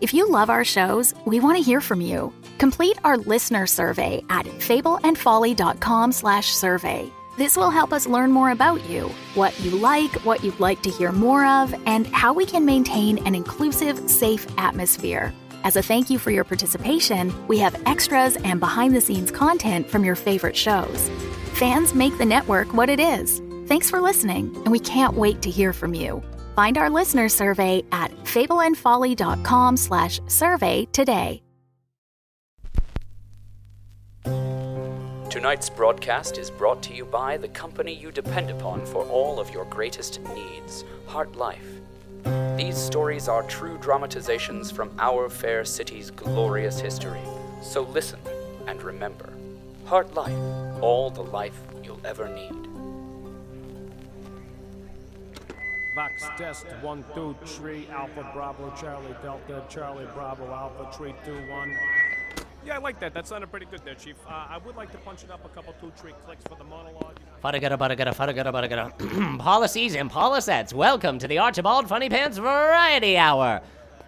If you love our shows, we want to hear from you. Complete our listener survey at fableandfolly.com/survey. This will help us learn more about you, what you like, what you'd like to hear more of, and how we can maintain an inclusive, safe atmosphere. As a thank you for your participation, we have extras and behind the scenes content from your favorite shows. Fans make the network what it is. Thanks for listening, and we can't wait to hear from you. Find our listener survey at fableandfolly.com slash survey today. Tonight's broadcast is brought to you by the company you depend upon for all of your greatest needs, Heart Life. These stories are true dramatizations from our fair city's glorious history. So listen and remember Heart Life, all the life you'll ever need. Vox test one two three Alpha Bravo Charlie Delta Charlie Bravo Alpha three two one. Yeah, I like that. That sounded pretty good there, Chief. Uh, I would like to punch it up a couple two three clicks for the monologue. Faragara, baragara, faragara, baragara. Policies and policets. Welcome to the Archibald Funny Pants Variety Hour.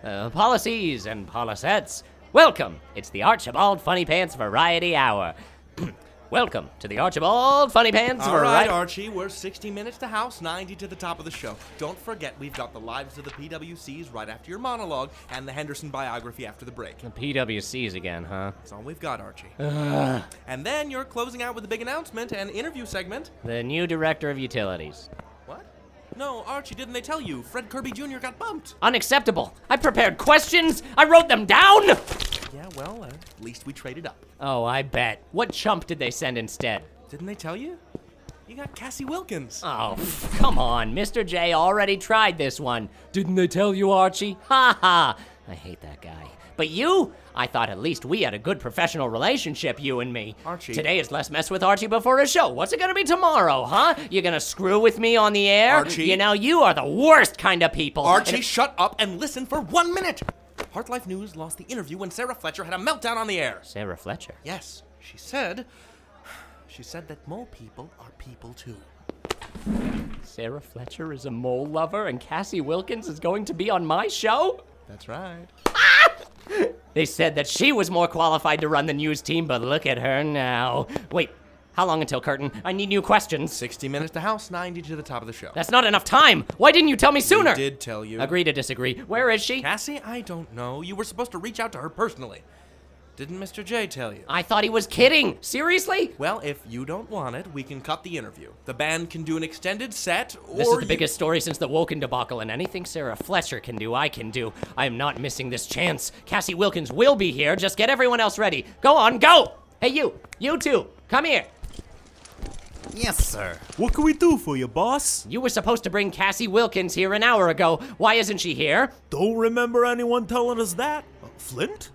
Uh, policies and policets. Welcome. It's the Archibald Funny Pants Variety Hour. Welcome to the Archibald Funny Pants All right, Variety. Archie, we're 60 minutes to house, 90 to the top of the show. Don't forget, we've got the lives of the PWCs right after your monologue and the Henderson biography after the break. PWCs again, huh? That's all we've got, Archie. And then you're closing out with a big announcement and interview segment. The new director of utilities. What? No, Archie, didn't they tell you? Fred Kirby Jr. got bumped. Unacceptable. I prepared questions. I wrote them down. Yeah, well, uh, at least we traded up. Oh, I bet. What chump did they send instead? Didn't they tell you? You got Cassie Wilkins. Oh, pff, come on. Mr. J already tried this one. Didn't they tell you, Archie? Ha ha. I hate that guy. But you? I thought at least we had a good professional relationship, you and me. Archie. Today is less mess with Archie before a show. What's it gonna be tomorrow, huh? You gonna screw with me on the air? Archie. You know, you are the worst kind of people. Archie, And- shut up and listen for one minute. Heartlife News lost the interview when Sarah Fletcher had a meltdown on the air. Sarah Fletcher. Yes, she said. She said that mole people are people too. Sarah Fletcher is a mole lover, and Cassie Wilkins is going to be on my show? That's right. They said that she was more qualified to run the news team, but look at her now. Wait, how long until curtain? I need new questions. 60 minutes to house, 90 to the top of the show. That's not enough time. Why didn't you tell me sooner? I did tell you. Agree to disagree. Where is she? Cassie, I don't know. You were supposed to reach out to her personally. Didn't Mr. J tell you? I thought he was kidding. Seriously? Well, if you don't want it, we can cut the interview. The band can do an extended set, or This is the you- biggest story since the Woken debacle, and anything Sarah Fletcher can do, I can do. I am not missing this chance. Cassie Wilkins will be here. Just get everyone else ready. Go on, go! Hey, you! You two! Come here! Yes, sir. What can we do for you, boss? You were supposed to bring Cassie Wilkins here an hour ago. Why isn't she here? Don't remember anyone telling us that. Uh, Flint?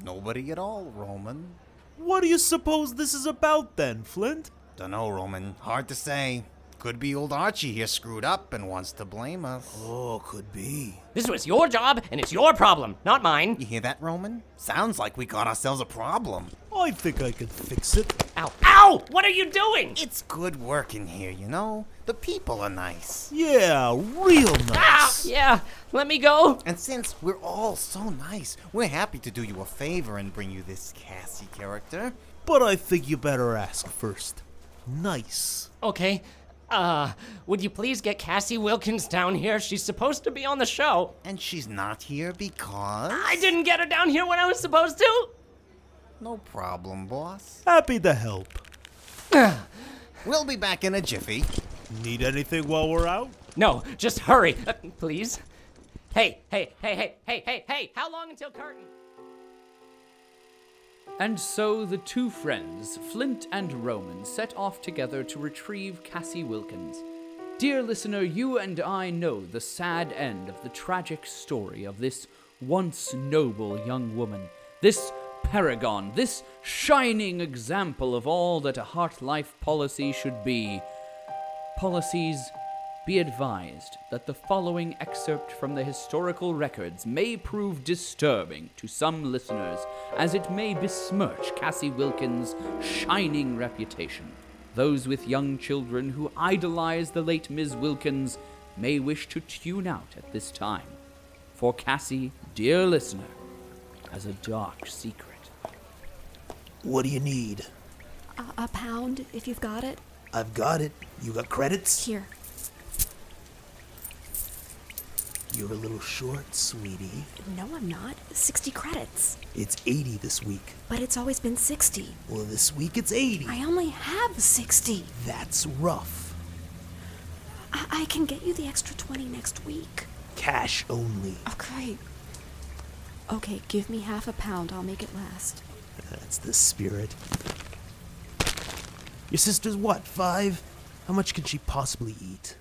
Nobody at all, Roman. What do you suppose this is about then, Flint? Dunno, Roman. Hard to say. Could be old Archie here screwed up and wants to blame us. Oh, could be. This was your job, and it's your problem, not mine. You hear that, Roman? Sounds like we got ourselves a problem. I think I can fix it. Ow. Ow! What are you doing? It's good work in here, you know? The people are nice. Yeah, real Ow! nice. Ah, Yeah, let me go. And since we're all so nice, we're happy to do you a favor and bring you this Cassie character. But I think you better ask first. Nice. Okay. Uh, would you please get Cassie Wilkins down here? She's supposed to be on the show. And she's not here because. I didn't get her down here when I was supposed to. No problem, boss. Happy to help. We'll be back in a jiffy. Need anything while we're out? No, just hurry, uh, please. Hey, hey, hey, hey, hey, hey, hey, how long until curtain? And so the two friends, Flint and Roman, set off together to retrieve Cassie Wilkins. Dear listener, you and I know the sad end of the tragic story of this once noble young woman, this paragon, this shining example of all that a heart life policy should be. Policies, be advised that the following excerpt from the historical records may prove disturbing to some listeners, as it may besmirch Cassie Wilkins' shining reputation. Those with young children who idolize the late Ms. Wilkins may wish to tune out at this time. For Cassie, dear listener, has a dark secret. What do you need? A, a pound, if you've got it. I've got it. You got credits? Here. You're a little short, sweetie. No, I'm not. 60 credits. It's 80 this week. But it's always been 60. Well, this week it's 80. I only have 60. That's rough. I, I can get you the extra 20 next week. Cash only. Okay. Okay, give me half a pound. I'll make it last. That's the spirit. Your sister's what, five? How much can she possibly eat?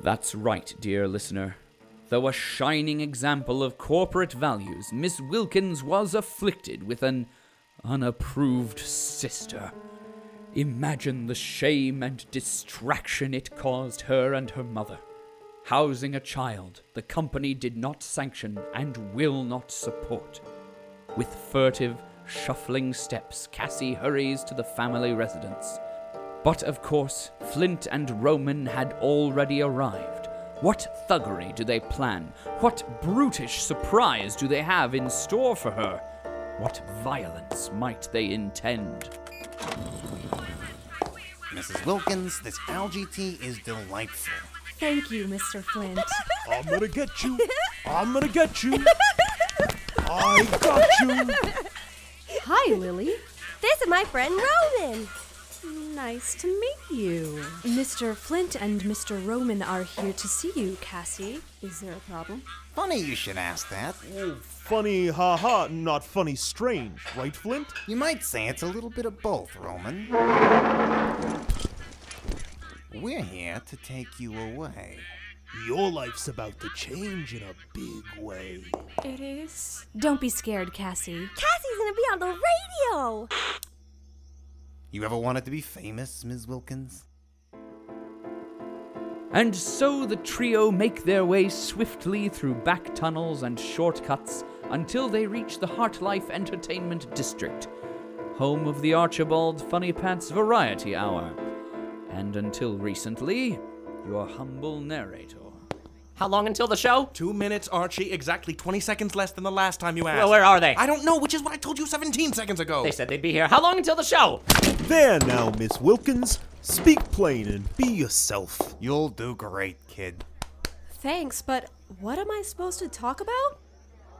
That's right, dear listener. Though a shining example of corporate values, Miss Wilkins was afflicted with an unapproved sister. Imagine the shame and distraction it caused her and her mother. Housing a child the company did not sanction and will not support. With furtive, shuffling steps, Cassie hurries to the family residence. But of course, Flint and Roman had already arrived. What thuggery do they plan? What brutish surprise do they have in store for her? What violence might they intend? Mrs. Wilkins, this algae tea is delightful. Thank you, Mr. Flint. I'm gonna get you. I'm gonna get you. I got you. Hi, Lily. This is my friend Roman. Nice to meet you. Mr. Flint and Mr. Roman are here to see you, Cassie. Is there a problem? Funny you should ask that. Oh, Funny, haha, not funny, strange, right, Flint? You might say it's a little bit of both, Roman. We're here to take you away. Your life's about to change in a big way. It is. Don't be scared, Cassie. Cassie's gonna be on the radio. You ever wanted to be famous, Ms. Wilkins? And so the trio make their way swiftly through back tunnels and shortcuts until they reach the Heartlife Entertainment District, home of the Archibald Funny Pants Variety Hour. And until recently, your humble narrator. How long until the show? Two minutes, Archie. Exactly 20 seconds less than the last time you asked. Well, where are they? I don't know, which is what I told you 17 seconds ago. They said they'd be here. How long until the show? There now, Miss Wilkins. Speak plain and be yourself. You'll do great, kid. Thanks, but what am I supposed to talk about?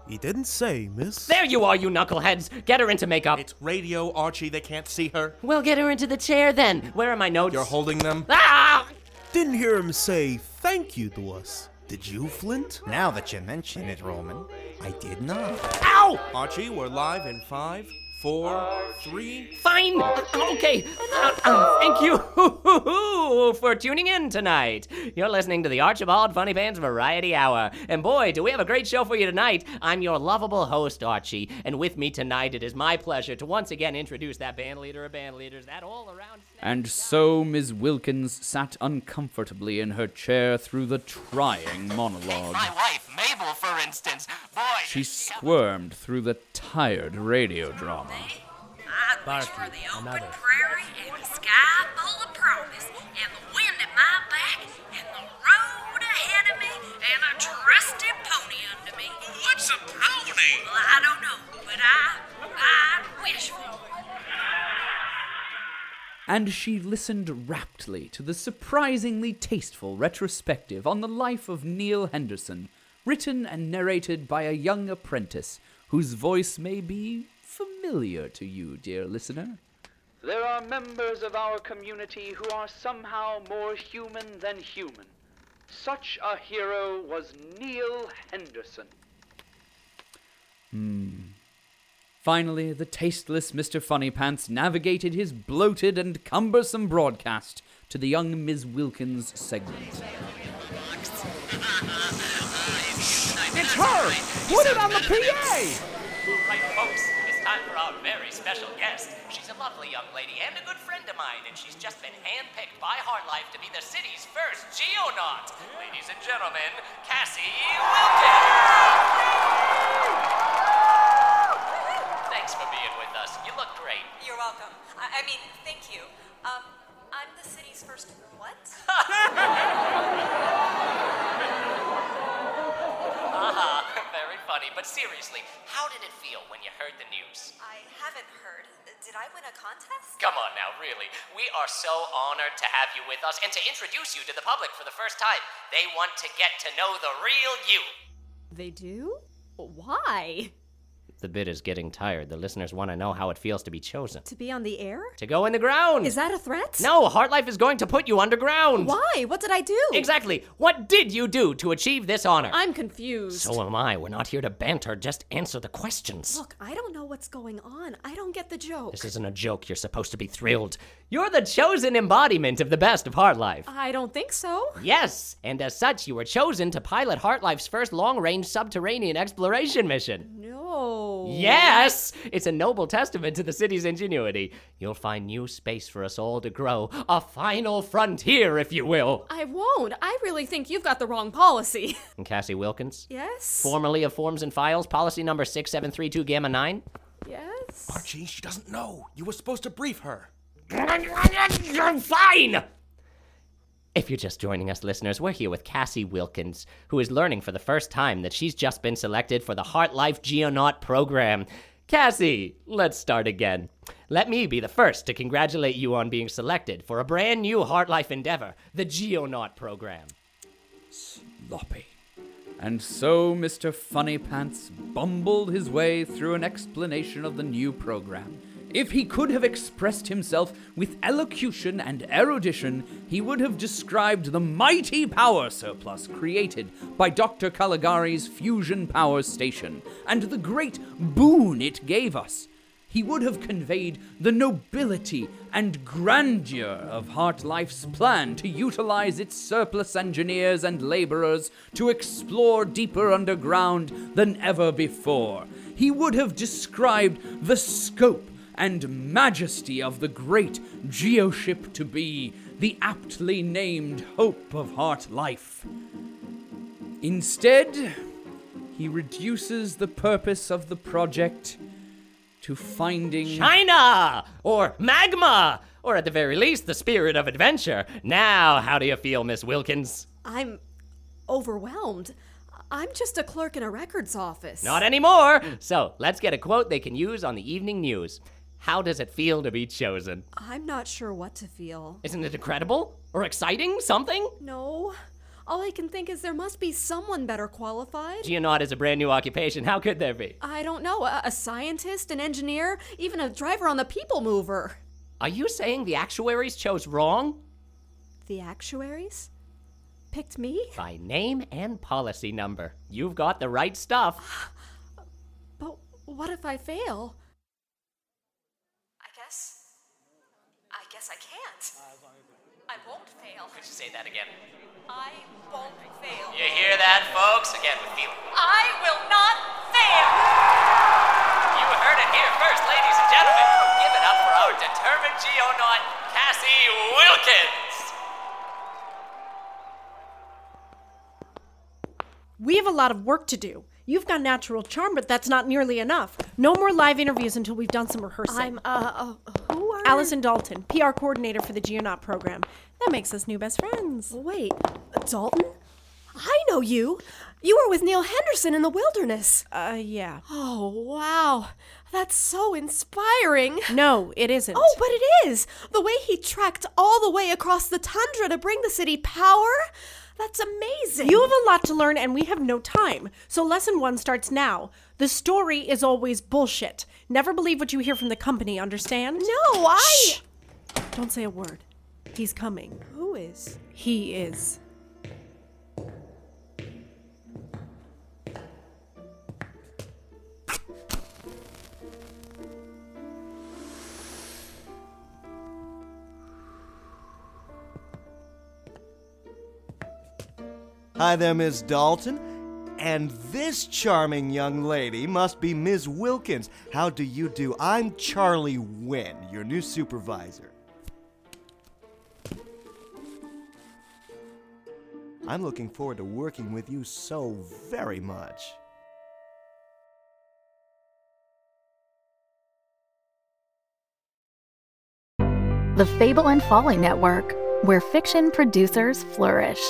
He didn't say, miss. There you are, you knuckleheads. Get her into makeup. It's radio, Archie. They can't see her. Well, get her into the chair then. Where are my notes? You're holding them. Ah! Didn't hear him say thank you to us. Did you, Flint? Now that you mention it, Roman, I did not. Ow! Archie, we're live in five, four, three. Fine. Okay. Uh, uh, thank you for tuning in tonight. You're listening to the Archibald Funny Pants Variety Hour, and boy, do we have a great show for you tonight. I'm your lovable host, Archie, and with me tonight, it is my pleasure to once again introduce that band leader of band leaders, that all-around. And so Miss Wilkins sat uncomfortably in her chair through the trying monologue. My wife, Mabel, for instance. Boy, She squirmed through the tired radio drama. I wish for the open prairie and the sky full of promise and the wind at my back and the road ahead of me and a trusty pony under me. What's a pony? Well, I don't know, but I, I wish for it. and she listened raptly to the surprisingly tasteful retrospective on the life of Neil Henderson, written and narrated by a young apprentice whose voice may be familiar to you, dear listener. There are members of our community who are somehow more human than human. Such a hero was Neil Henderson. Finally, the tasteless Mr. Funny Pants navigated his bloated and cumbersome broadcast to the young Ms. Wilkins segment. It's her! Put it on the PA! All right, folks, it's time for our very special guest. She's a lovely young lady and a good friend of mine, and she's just been handpicked by Hardlife to be the city's first geonaut. Ladies and gentlemen, Cassie Wilkins! Thanks for being with us. You look great. You're welcome. I, I mean, thank you. Um, I'm the city's first what? Haha, Uh-huh. very funny. But seriously, how did it feel when you heard the news? I haven't heard. Did I win a contest? Come on now, really. We are so honored to have you with us and to introduce you to the public for the first time. They want to get to know the real you. They do? Why? The bid is getting tired. The listeners want to know how it feels to be chosen. To be on the air? To go in the ground! Is that a threat? No, Heartlife is going to put you underground! Why? What did I do? Exactly! What did you do to achieve this honor? I'm confused. so am I. We're not here to banter, just answer the questions. Look, I don't know what's going on. I don't get the joke. This isn't a joke. You're supposed to be thrilled. You're the chosen embodiment of the best of Heartlife. I don't think so. Yes, and as such, you were chosen to pilot Heartlife's first long range subterranean exploration mission. No. Yes! It's a noble testament to the city's ingenuity. You'll find new space for us all to grow, a final frontier, if you will. I won't. I really think you've got the wrong policy. And Cassie Wilkins? Yes? Formerly of Forms and Files, policy number 6732 Gamma 9? Yes? Archie, she doesn't know. You were supposed to brief her. Fine! If you're just joining us, listeners, we're here with Cassie Wilkins, who is learning for the first time that she's just been selected for the Heartlife Geonaut program. Cassie, let's start again. Let me be the first to congratulate you on being selected for a brand new Heartlife endeavor, the Geonaut program. Sloppy. And so Mr. Funny Pants bumbled his way through an explanation of the new program. If he could have expressed himself with elocution and erudition, he would have described the mighty power surplus created by Dr. Caligari's fusion power station and the great boon it gave us. He would have conveyed the nobility and grandeur of Heartlife's plan to utilize its surplus engineers and laborers to explore deeper underground than ever before. He would have described the scope and majesty of the great geoship to be the aptly named Hope of Heartlife. Instead, he reduces the purpose of the project to finding China! Or magma! Or at the very least, the spirit of adventure. Now, how do you feel, Miss Wilkins? I'm overwhelmed. I'm just a clerk in a records office. Not anymore! So, let's get a quote they can use on the evening news. How does it feel to be chosen? I'm not sure what to feel. Isn't it incredible? Or exciting? Something? No. All I can think is there must be someone better qualified. Geonaut is a brand new occupation. How could there be? I don't know, a, a scientist, an engineer, even a driver on the people mover. Are you saying the actuaries chose wrong? The actuaries? Picked me? By name and policy number. You've got the right stuff. But what if I fail? I guess. I guess I can't. I won't fail. Could you say that again? I won't fail. You hear that, folks? Again, with feeling. I will not fail! You heard it here first, ladies and gentlemen. Give it up for our determined geonaut, Cassie Wilkins. We have a lot of work to do. You've got natural charm, but that's not nearly enough. No more live interviews until we've done some rehearsing. I'm, uh, uh who are. Allison Dalton, PR coordinator for the Geonaut program. That makes us new best friends. Wait, Dalton? I know you! You were with Neil Henderson in the wilderness! Uh, yeah. Oh, wow. That's so inspiring. No, it isn't. Oh, but it is. The way he trekked all the way across the tundra to bring the city power. That's amazing. You have a lot to learn, and we have no time. So, lesson one starts now. The story is always bullshit. Never believe what you hear from the company, understand? No, I. Shh. Don't say a word. He's coming. Who is? He is. Hi there, Miss Dalton. and this charming young lady must be Ms. Wilkins. How do you do? I'm Charlie Wynn, your new supervisor. I'm looking forward to working with you so very much. The Fable and Folly Network, where fiction producers flourish.